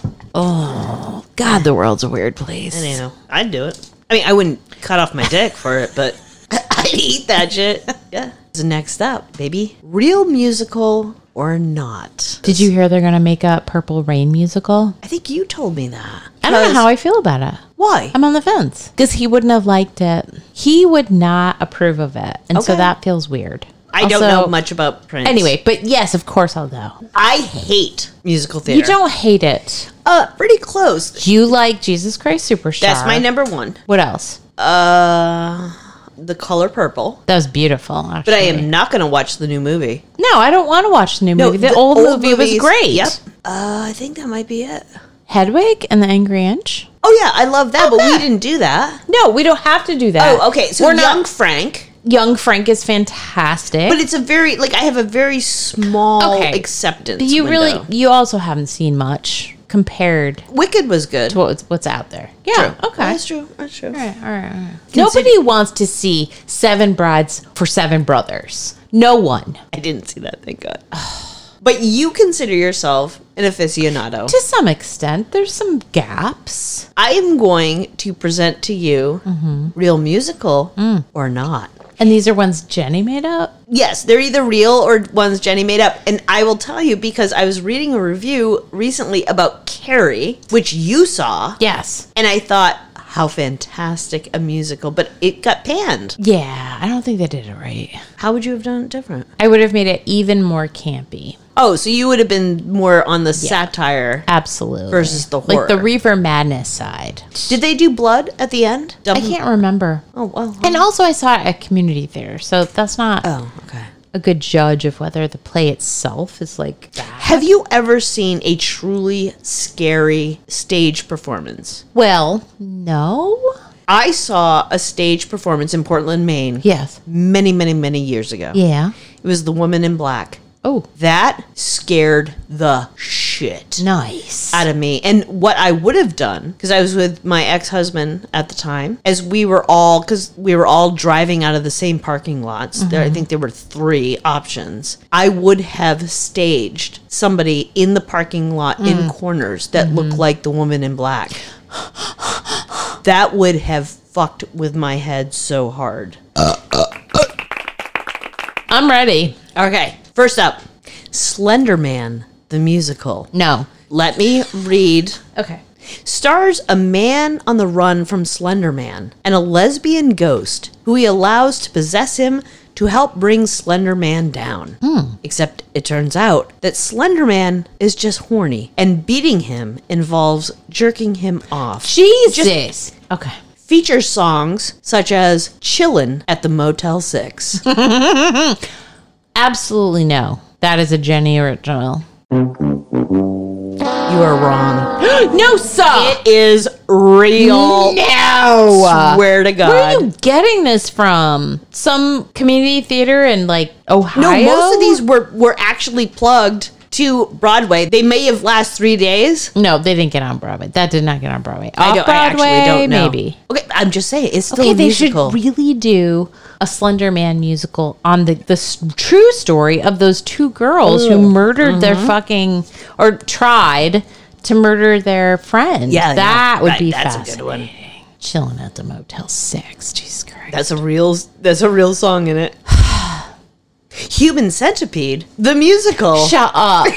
Speaker 5: God, the world's a weird place.
Speaker 2: You know, I'd do it. I mean, I wouldn't cut off my dick for it, but <laughs> I'd eat that shit. <laughs> Yeah. So next up, baby, real musical or not?
Speaker 1: Did you hear they're going to make a Purple Rain musical?
Speaker 2: I think you told me that.
Speaker 1: I don't know
Speaker 2: Because-
Speaker 1: how I feel about it.
Speaker 2: Why?
Speaker 1: I'm on the fence because he wouldn't have liked it. He would not approve of it, and so
Speaker 2: Okay.
Speaker 1: that feels weird.
Speaker 2: I don't
Speaker 1: Also-
Speaker 2: know much about Prince.
Speaker 1: Anyway, but yes, of course I'll go.
Speaker 2: I hate musical theater.
Speaker 1: You don't hate it.
Speaker 2: Uh, pretty close.
Speaker 1: You like Jesus Christ Superstar.
Speaker 2: That's my number one.
Speaker 1: What else?
Speaker 2: Uh, The Color Purple.
Speaker 1: That was beautiful. Actually.
Speaker 2: But I am not going to watch the new movie.
Speaker 1: No, I don't want to watch the new movie. The, old, movie was
Speaker 2: movies-
Speaker 1: great.
Speaker 2: Yep. Uh, I think that might be it.
Speaker 1: Hedwig and the Angry Inch.
Speaker 2: Oh yeah, I love that, but
Speaker 1: that.
Speaker 2: we didn't do that.
Speaker 1: No, we don't have to do that.
Speaker 2: Oh, okay. So
Speaker 1: We're
Speaker 2: young
Speaker 1: not.
Speaker 2: Frank,
Speaker 1: Young Frank is fantastic.
Speaker 2: but it's a very like I have a very small
Speaker 1: Okay.
Speaker 2: acceptance.
Speaker 1: But you
Speaker 2: window.
Speaker 1: really, you also haven't seen much compared
Speaker 2: Wicked was good.
Speaker 1: to what's, what's out there. Yeah.
Speaker 2: True.
Speaker 1: Okay.
Speaker 2: that's true. That's true.
Speaker 1: Nobody wants to see seven brides for seven brothers. No one.
Speaker 2: I didn't see that. Thank God. <sighs> but you consider yourself an aficionado.
Speaker 1: To some extent, there's some gaps.
Speaker 2: I am going to present to you
Speaker 1: Mm-hmm.
Speaker 2: real musical
Speaker 1: Mm.
Speaker 2: or not.
Speaker 1: And these are ones Jenny made up.
Speaker 2: Yes, they're either real or ones Jenny made up. And I will tell you because I was reading a review recently about Carrie, which you saw.
Speaker 1: Yes.
Speaker 2: And I thought, how fantastic a musical, but it got panned.
Speaker 1: Yeah, I don't think they did it right.
Speaker 2: How would you have done it different?
Speaker 1: I would have made it even more campy.
Speaker 2: Oh, so you would have been more on the satire.
Speaker 1: Absolutely.
Speaker 2: Versus the
Speaker 1: Like the
Speaker 2: horror.
Speaker 1: Reaver Madness side.
Speaker 2: Did they do blood at the end?
Speaker 1: I can't remember.
Speaker 2: Oh, well.
Speaker 1: And also, I saw it at community theater, so that's not
Speaker 2: oh, okay.
Speaker 1: a good judge of whether the play itself is like bad.
Speaker 2: Have you ever seen a truly scary stage performance?
Speaker 1: Well, no.
Speaker 2: I saw a stage performance in Portland, Maine
Speaker 1: Yes.
Speaker 2: many, many, many years ago.
Speaker 1: Yeah.
Speaker 2: It was The Woman in Black.
Speaker 1: Oh,
Speaker 2: That scared the shit
Speaker 1: nice.
Speaker 2: out of me. And what I would have done, because I was with my ex husband at the time, as we were all, because we were all driving out of the same parking lots, there, I think there were three options. I would have staged somebody in the parking lot in corners that looked like the woman in black. that would have fucked with my head so hard.
Speaker 1: I'm ready.
Speaker 2: Okay, first up Slender Man, the musical.
Speaker 1: No.
Speaker 2: Let me read.
Speaker 1: Okay.
Speaker 2: stars a man on the run from Slender Man and a lesbian ghost who he allows to possess him to help bring Slender Man down. Except it turns out that Slender Man is just horny, and beating him involves jerking him off.
Speaker 1: Jesus. okay.
Speaker 2: Features songs such as Chillin' at the Motel 6.
Speaker 1: Absolutely no. That is a Jenny
Speaker 2: <gasps>
Speaker 1: original.
Speaker 2: you are wrong.
Speaker 1: no, sir.
Speaker 2: It is real.
Speaker 1: no.
Speaker 2: Swear to
Speaker 1: Where are
Speaker 2: God.
Speaker 1: you getting this from? Some community theater in like
Speaker 2: No,
Speaker 1: Ohio?
Speaker 2: most of these were were actually plugged to Broadway. They may have last three days.
Speaker 1: No, they didn't get on Broadway. That did not get on Broadway. Off
Speaker 2: I, don't, I
Speaker 1: Broadway,
Speaker 2: actually don't know.
Speaker 1: maybe.
Speaker 2: Okay, I'm just saying it's still
Speaker 1: Okay,
Speaker 2: a
Speaker 1: they
Speaker 2: musical.
Speaker 1: should really do a Slender Man musical on the the s- true story of those two girls who murdered their
Speaker 2: Mm-hmm.
Speaker 1: fucking or tried to murder their friend.
Speaker 2: Yeah,
Speaker 1: that
Speaker 2: yeah.
Speaker 1: would
Speaker 2: Right,
Speaker 1: be
Speaker 2: that's a good
Speaker 1: fascinating.
Speaker 2: one.
Speaker 1: Chilling at the Motel Six. Jesus Christ.
Speaker 2: that's a real that's a real song in it. <sighs> Human Centipede, the musical.
Speaker 1: Shut up.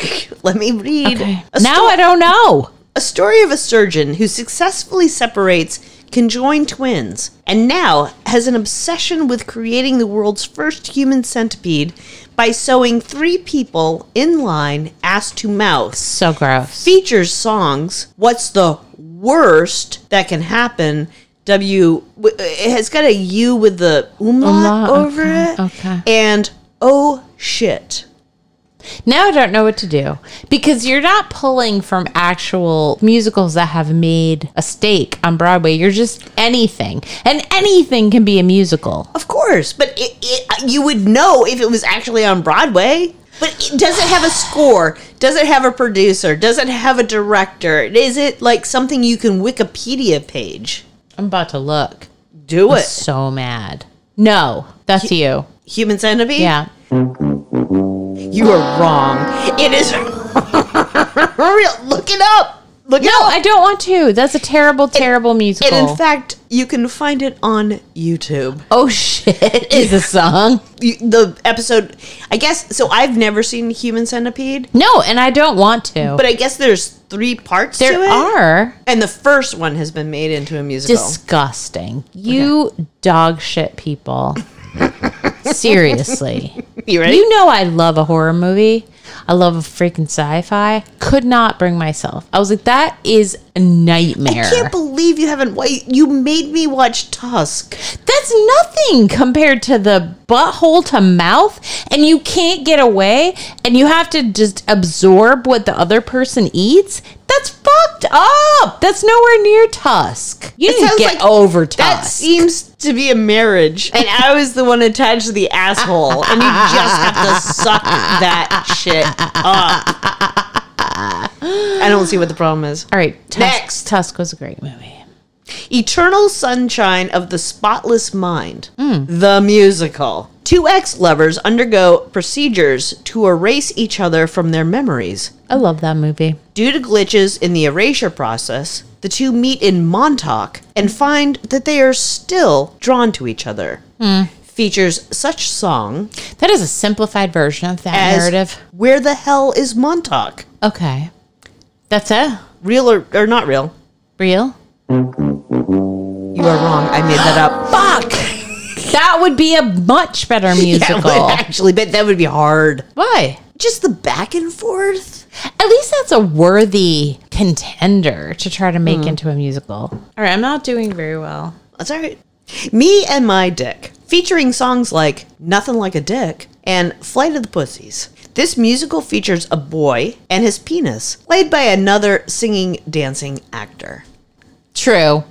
Speaker 2: Let me read.
Speaker 1: Okay.
Speaker 2: <laughs> A
Speaker 1: Now
Speaker 2: sto-
Speaker 1: I don't know.
Speaker 2: a story of a surgeon who successfully separates conjoined twins and now has an obsession with creating the world's first human centipede by sewing three people in line ass to mouth
Speaker 1: So gross.
Speaker 2: features songs what's the worst that can happen w w- it has got a u with the umlaut
Speaker 1: Umlaut,
Speaker 2: over
Speaker 1: okay,
Speaker 2: it
Speaker 1: okay.
Speaker 2: and oh shit
Speaker 1: Now I don't know what to do because you're not pulling from actual musicals that have made a stake on Broadway. You're just anything, and anything can be a musical.
Speaker 2: Of course, but it, it, you would know if it was actually on Broadway. But it, does it have a score? Does it have a producer? Does it have a director? Is it like something you can Wikipedia page?
Speaker 1: I'm about to look.
Speaker 2: Do
Speaker 1: I'm
Speaker 2: it.
Speaker 1: so mad. No, that's you.
Speaker 2: Human Centipede?
Speaker 1: Yeah.
Speaker 2: You are wrong. It is <laughs> real. Look it up. Look it
Speaker 1: No,
Speaker 2: up.
Speaker 1: I Oh. don't want to. That's a terrible, terrible musical.
Speaker 2: and in fact, you can find it on YouTube.
Speaker 1: oh <laughs> shit, is a song.
Speaker 2: You- The episode, I guess. So I've never seen Human Centipede,
Speaker 1: No, and I Oh. don't want to.
Speaker 2: but I guess there's three parts to
Speaker 1: there
Speaker 2: it.
Speaker 1: are
Speaker 2: And the first one has been made into a musical.
Speaker 1: disgusting. You dog shit people. Seriously.
Speaker 2: you ready?
Speaker 1: You know I love a horror movie. I love a freaking sci-fi. Could not bring myself. I was like, that is a nightmare.
Speaker 2: I can't believe you haven't. Why you made me watch Tusk?
Speaker 1: That's nothing compared to the butthole to mouth, and you can't get away, and you have to just absorb what the other person eats. That's fucked up. That's nowhere near Tusk. You
Speaker 2: It
Speaker 1: didn't
Speaker 2: sounds
Speaker 1: get
Speaker 2: like
Speaker 1: over Tusk.
Speaker 2: That seems to be a marriage, and I was the one attached to the asshole, and you just have to suck that shit up. I don't see what the problem is.
Speaker 1: All right, Tusk,
Speaker 2: Next.
Speaker 1: Tusk was a great movie.
Speaker 2: Eternal Sunshine of the Spotless Mind,
Speaker 1: Hmm.
Speaker 2: the musical. Two ex lovers undergo procedures to erase each other from their memories.
Speaker 1: I love that movie.
Speaker 2: Due to glitches in the erasure process, the two meet in Montauk and find that they are still drawn to each other. Features such song
Speaker 1: That is a simplified version of that
Speaker 2: as
Speaker 1: narrative.
Speaker 2: "Where the hell is Montauk?"
Speaker 1: Okay, that's it.
Speaker 2: Real or, or not real?
Speaker 1: Real.
Speaker 2: You are wrong. I made that <laughs> up.
Speaker 1: Fuck. that would be a much
Speaker 2: <laughs>
Speaker 1: better
Speaker 2: That
Speaker 1: musical.
Speaker 2: would actually, but that would be hard.
Speaker 1: Why?
Speaker 2: Just the back and forth.
Speaker 1: At least that's a worthy contender to try to make into a musical. Hmm. All right, I'm not doing very well.
Speaker 2: That's all right. Me and My Dick, featuring songs like Nothing Like a Dick and Flight of the Pussies. This musical features a boy and his penis, played by another singing, dancing actor.
Speaker 1: True.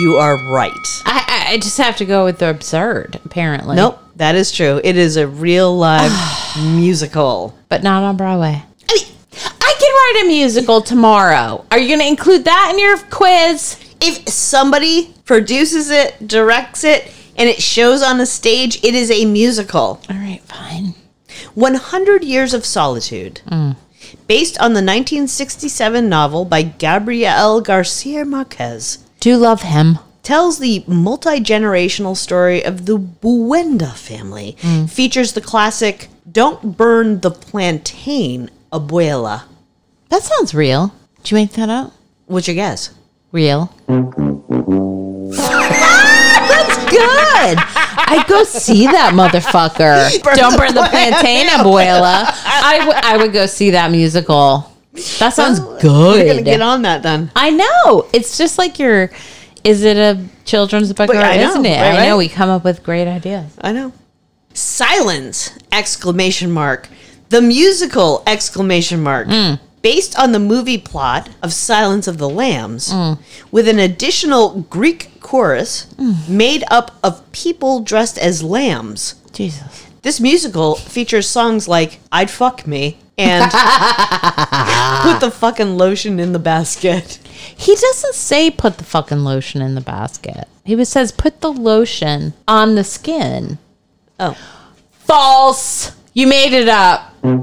Speaker 2: You are right.
Speaker 1: I, I- I just have to go with the absurd, apparently.
Speaker 2: Nope, that is true. It is a real live musical.
Speaker 1: But not on Broadway. I mean, I can write a musical tomorrow. Are you going to include that in your quiz?
Speaker 2: If somebody produces it, directs it, and it shows on a stage, it is a musical.
Speaker 1: All right, fine.
Speaker 2: 100 Years of Solitude, based on the 1967 novel by Gabriel Garcia Marquez,
Speaker 1: Do love him.
Speaker 2: tells the multi generational story of the Buenda family, features the classic Don't Burn the Plantain, Abuela.
Speaker 1: That sounds real. Did you make that up?
Speaker 2: What's your guess?
Speaker 1: <laughs> Real. That's good. I'd go see that
Speaker 2: <laughs>
Speaker 1: motherfucker. Don't burn the plantain, abuela. I, w- I would go see that musical. That sounds
Speaker 2: We're going to
Speaker 1: good.
Speaker 2: get on that then.
Speaker 1: I know. It's just like your. Is it a children's book
Speaker 2: But
Speaker 1: or
Speaker 2: I know,
Speaker 1: isn't it?
Speaker 2: right,
Speaker 1: I know
Speaker 2: right?
Speaker 1: we come up with great ideas.
Speaker 2: I know. Silence! Exclamation mark. The musical! Exclamation mark. Based on the movie plot of Silence of the Lambs, with an additional Greek chorus made up of people dressed as lambs.
Speaker 1: Jesus.
Speaker 2: This musical features songs like I'd Fuck Me <laughs> and Put the Fucking Lotion in the Basket.
Speaker 1: He doesn't say put the fucking lotion in the basket. He just says put the lotion on the skin.
Speaker 2: Oh.
Speaker 1: False. You made it up.
Speaker 2: True.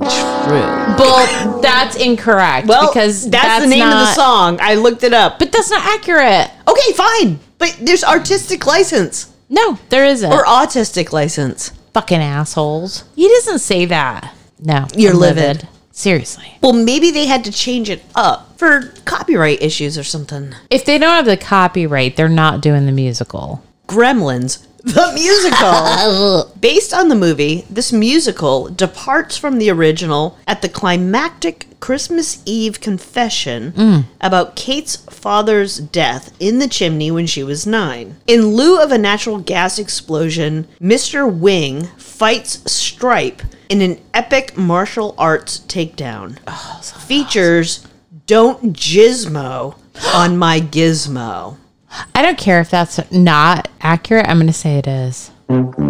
Speaker 1: Bull, that's incorrect.
Speaker 2: Well,
Speaker 1: because
Speaker 2: that's, the name of the
Speaker 1: not-
Speaker 2: song. I looked it up.
Speaker 1: But that's not accurate.
Speaker 2: Okay, fine. But there's artistic license
Speaker 1: No, there isn't.
Speaker 2: or autistic license.
Speaker 1: fucking assholes. He doesn't say that. No,
Speaker 2: You're
Speaker 1: I'm
Speaker 2: livid.
Speaker 1: Seriously,
Speaker 2: Well, maybe they had to change it up for copyright issues or something.
Speaker 1: if they don't have the copyright, they're not doing the musical.
Speaker 2: Gremlins, the musical. Based on the movie, this musical departs from the original at the climactic Christmas Eve confession about Kate's father's death in the chimney when she was nine. In lieu of a natural gas explosion, Mr. Wing fights Stripe in an epic martial arts takedown. Features Don't Gizmo on My Gizmo.
Speaker 1: I don't care if that's not accurate. I'm going to say it is.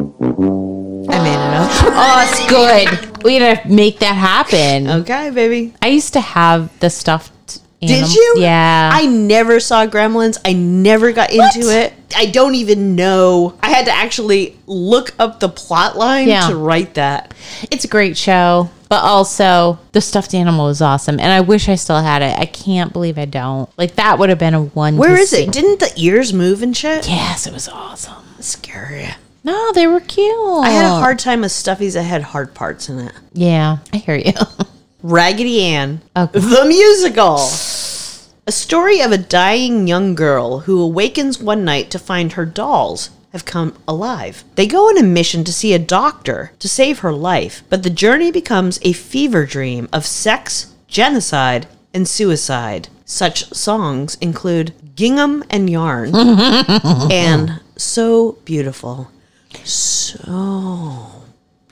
Speaker 2: I made it up.
Speaker 1: <laughs> Oh, it's good. we got to make that happen.
Speaker 2: Okay, baby.
Speaker 1: I used to have the stuffed
Speaker 2: Did
Speaker 1: anim-
Speaker 2: you?
Speaker 1: Yeah.
Speaker 2: I never saw Gremlins. I never got into it. I don't even know. I had to actually look up the plot line
Speaker 1: Yeah.
Speaker 2: to write that.
Speaker 1: it's a great show, but also the stuffed animal is awesome, and I wish I still had it. I can't believe I don't. Like that would have been a one.
Speaker 2: Where
Speaker 1: to
Speaker 2: is
Speaker 1: see.
Speaker 2: it? Didn't the ears move and shit?
Speaker 1: Yes, it was awesome.
Speaker 2: Scary.
Speaker 1: No, they were cute.
Speaker 2: I had a hard time with stuffies that had hard parts in it.
Speaker 1: yeah, I hear you. <laughs>
Speaker 2: Raggedy Ann,
Speaker 1: Okay.
Speaker 2: the musical. A story of a dying young girl who awakens one night to find her dolls have come alive. They go on a mission to see a doctor to save her life, but the journey becomes a fever dream of sex, genocide, and suicide. Such songs include Gingham and Yarn and So Beautiful. So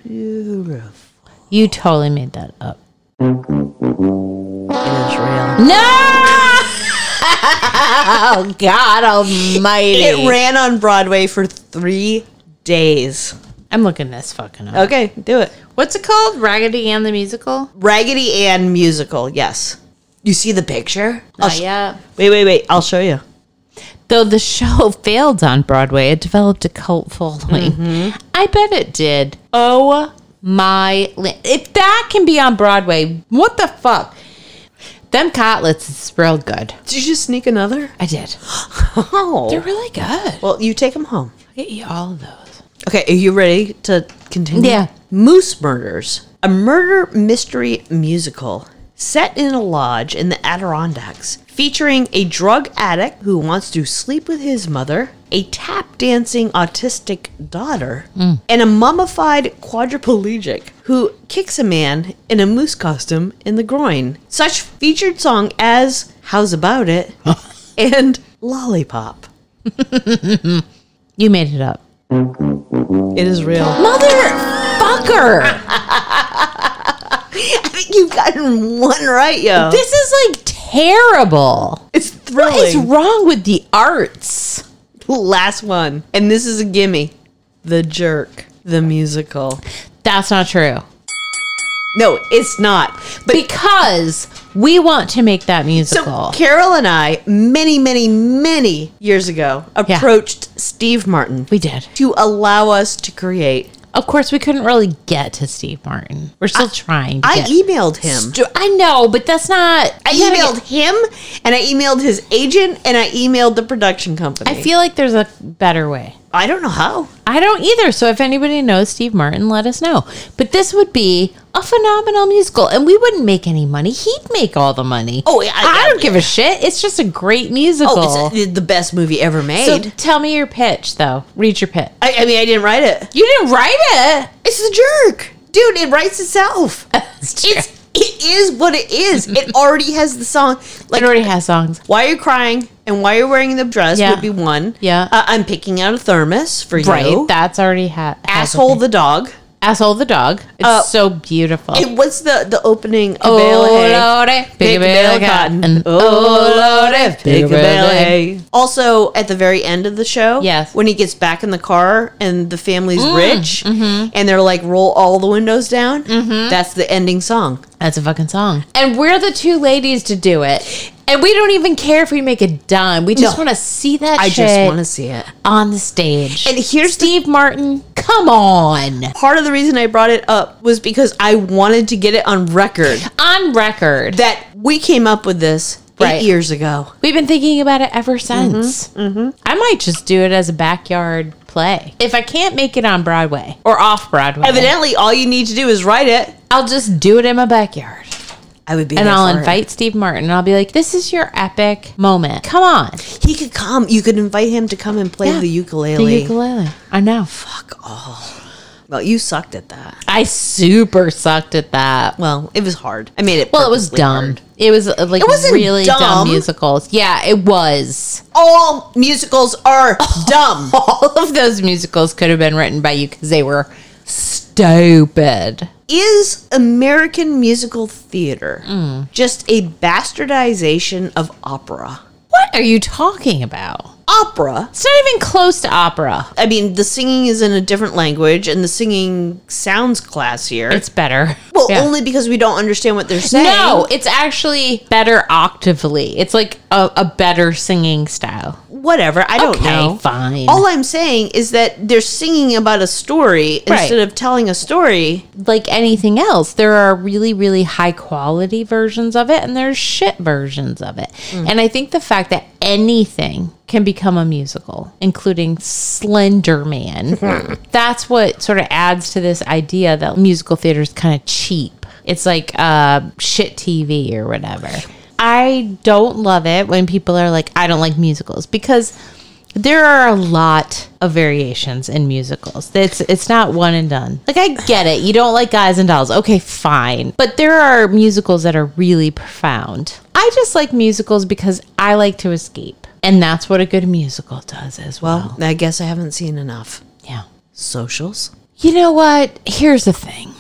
Speaker 2: beautiful.
Speaker 1: you totally made that up.
Speaker 2: It is real.
Speaker 1: No! <laughs> oh God Almighty!
Speaker 2: It ran on Broadway for three days.
Speaker 1: I'm looking this fucking up.
Speaker 2: Okay, do it.
Speaker 1: What's it called? Raggedy Ann the musical?
Speaker 2: Raggedy Ann musical. Yes. You see the picture? I'll sh-
Speaker 1: yeah.
Speaker 2: Wait, wait, wait. I'll show you.
Speaker 1: Though the show <laughs> failed on Broadway, it developed a cult following. I bet it did. Oh my! Li- if that can be on Broadway, what the fuck? Them cotlets is real good.
Speaker 2: Did you just sneak another?
Speaker 1: I did. They're
Speaker 2: <laughs> Oh.
Speaker 1: really good.
Speaker 2: Well, you take them home.
Speaker 1: I could eat all of those.
Speaker 2: Okay, are you ready to continue?
Speaker 1: Yeah.
Speaker 2: Moose Murders, a murder mystery musical set in a lodge in the Adirondacks, featuring a drug addict who wants to sleep with his mother, a tap dancing autistic daughter, and a mummified quadriplegic who kicks a man in a moose costume in the groin. Such featured song as How's About It and Lollipop.
Speaker 1: You made it up,
Speaker 2: It is
Speaker 1: <laughs>
Speaker 2: real. <laughs>
Speaker 1: motherfucker.
Speaker 2: I think you've gotten one right, yo.
Speaker 1: this is like terrible.
Speaker 2: It's
Speaker 1: What is
Speaker 2: thrilling.
Speaker 1: wrong with the arts?
Speaker 2: Last one. And this is a gimme. The Jerk, the musical.
Speaker 1: That's not true.
Speaker 2: No, it's not. But
Speaker 1: Because we want to make that musical.
Speaker 2: so Carol and I, many, many, many years ago,
Speaker 1: Yeah.
Speaker 2: approached Steve Martin
Speaker 1: we did.
Speaker 2: to allow us to create.
Speaker 1: Of course, we couldn't really get to Steve Martin. We're still trying. To
Speaker 2: I
Speaker 1: get-
Speaker 2: emailed him.
Speaker 1: Stu- I know, but that's not.
Speaker 2: I
Speaker 1: you gotta
Speaker 2: emailed
Speaker 1: get-
Speaker 2: him and I emailed his agent and I emailed the production company.
Speaker 1: I feel like there's a better way.
Speaker 2: I don't know how.
Speaker 1: I don't either. So if anybody knows Steve Martin, let us know. But this would be a phenomenal musical, and we wouldn't make any money. He'd make all the money.
Speaker 2: Oh, yeah,
Speaker 1: I,
Speaker 2: I-
Speaker 1: don't give a shit. It's just a great musical.
Speaker 2: Oh, it's the best movie ever
Speaker 1: so
Speaker 2: made.
Speaker 1: tell me your pitch, though. Read your pitch.
Speaker 2: I, I mean, I didn't write it.
Speaker 1: You didn't write it.
Speaker 2: It's the jerk. Dude, it writes itself. it's it is what it
Speaker 1: <laughs>
Speaker 2: is. It already has the song. Like
Speaker 1: It already has songs.
Speaker 2: why you're crying and why you're wearing the dress
Speaker 1: Yeah.
Speaker 2: would be one.
Speaker 1: Yeah.
Speaker 2: Uh, I'm picking out a thermos for
Speaker 1: Right.
Speaker 2: you.
Speaker 1: That's already ha- has a
Speaker 2: Asshole
Speaker 1: thing.
Speaker 2: the Uh, dog.
Speaker 1: asshole the dog. It's so beautiful.
Speaker 2: It what's the the opening
Speaker 1: Oh,
Speaker 2: oh, bale of hay.
Speaker 1: Lordy,
Speaker 2: Pick a bale of cotton.
Speaker 1: And
Speaker 2: oh Lordy, pick a bale of
Speaker 1: hay.
Speaker 2: hay. Also, at the very end of the show,
Speaker 1: Yes. Mm,
Speaker 2: when he gets back in the car and the family's rich,
Speaker 1: mm-hmm.
Speaker 2: and they're like roll all the windows down. That's the ending song.
Speaker 1: That's a fucking song. And we're the two ladies to do it. And we don't even care if we make a dime. We just
Speaker 2: No.
Speaker 1: want to see that
Speaker 2: I
Speaker 1: shit
Speaker 2: just want to see it.
Speaker 1: on the stage.
Speaker 2: And here's the
Speaker 1: Steve Martin, come on.
Speaker 2: part of the reason I brought it up was because I wanted to get it on record
Speaker 1: On record.
Speaker 2: that we came up with this
Speaker 1: Right.
Speaker 2: eight years ago.
Speaker 1: We've been thinking about it ever
Speaker 2: Mm-hmm,
Speaker 1: since. I might just do it as a backyard play. If I can't make it on Broadway or off Broadway,
Speaker 2: Evidently, all you need to do is write it.
Speaker 1: I'll just do it in my backyard.
Speaker 2: I would be,
Speaker 1: and
Speaker 2: there
Speaker 1: I'll
Speaker 2: for it.
Speaker 1: invite Steve Martin and I'll be like, this is your epic moment. Come on.
Speaker 2: He could come. You could invite him to come and play
Speaker 1: Yeah.
Speaker 2: the ukulele.
Speaker 1: The ukulele. I know.
Speaker 2: Fuck all. Well, you sucked at that.
Speaker 1: I super sucked at that.
Speaker 2: Well, it was hard. I made it.
Speaker 1: Well, it was
Speaker 2: purposely
Speaker 1: dumb.
Speaker 2: hard.
Speaker 1: It was uh, like
Speaker 2: It wasn't
Speaker 1: really dumb.
Speaker 2: dumb.
Speaker 1: musicals. Yeah, it was. <laughs>
Speaker 2: All musicals are
Speaker 1: Oh.
Speaker 2: dumb.
Speaker 1: All of those musicals could have been written by you because they were stupid.
Speaker 2: Is American musical theater
Speaker 1: Hmm.
Speaker 2: just a bastardization of opera?
Speaker 1: What are you talking about?
Speaker 2: opera.
Speaker 1: It's not even close to opera.
Speaker 2: I mean, the singing is in a different language, and the singing sounds classier.
Speaker 1: It's better.
Speaker 2: well,
Speaker 1: Yeah.
Speaker 2: only because we don't understand what they're saying.
Speaker 1: No, it's actually better octavely. It's like a, a better singing style.
Speaker 2: whatever. I don't
Speaker 1: Okay,
Speaker 2: know.
Speaker 1: fine.
Speaker 2: All I'm saying is that they're singing about a story
Speaker 1: Right.
Speaker 2: instead of telling a story.
Speaker 1: Like anything else, there are really, really high quality versions of it and there's shit versions of it. And I think the fact that anything can become a musical, including Slender Man, that's what sort of adds to this idea that musical theater is kind of cheap. It's like uh, shit TV or whatever. I don't love it when people are like, I don't like musicals because there are a lot of variations in musicals. It's it's not one and done. Like I get it. You don't like Guys and Dolls. Okay, fine. But there are musicals that are really profound. I just like musicals because I like to escape. And that's what a good musical does as well.
Speaker 2: I guess I haven't seen enough
Speaker 1: Yeah.
Speaker 2: socials.
Speaker 1: You know what? Here's the thing.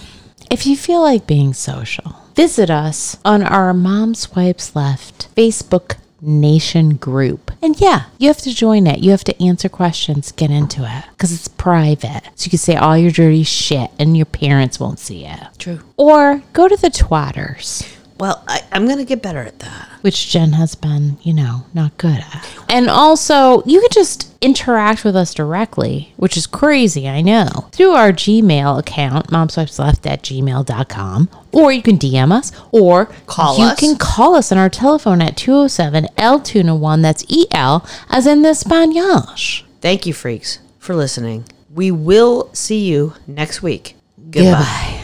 Speaker 1: If you feel like being social, visit us on our Mom Swipes Left Facebook Nation group. And yeah, you have to join it. You have to answer questions, get into it because it's private. So you can say all your dirty shit and your parents won't see it.
Speaker 2: True.
Speaker 1: Or go to the Twatters
Speaker 2: Well, I, I'm gonna get better at that.
Speaker 1: which Jen has been, you know, not good at. And also, you can just interact with us directly, which is crazy, I know, through our Gmail account, momswipesleft at gmail.com, or you can DM us, or
Speaker 2: Call
Speaker 1: you
Speaker 2: us.
Speaker 1: can call us on our telephone at 207 L Tuna 1, that's EL, as in the Spanish.
Speaker 2: Thank you, freaks, for listening. We will see you next week. Goodbye.
Speaker 1: Goodbye.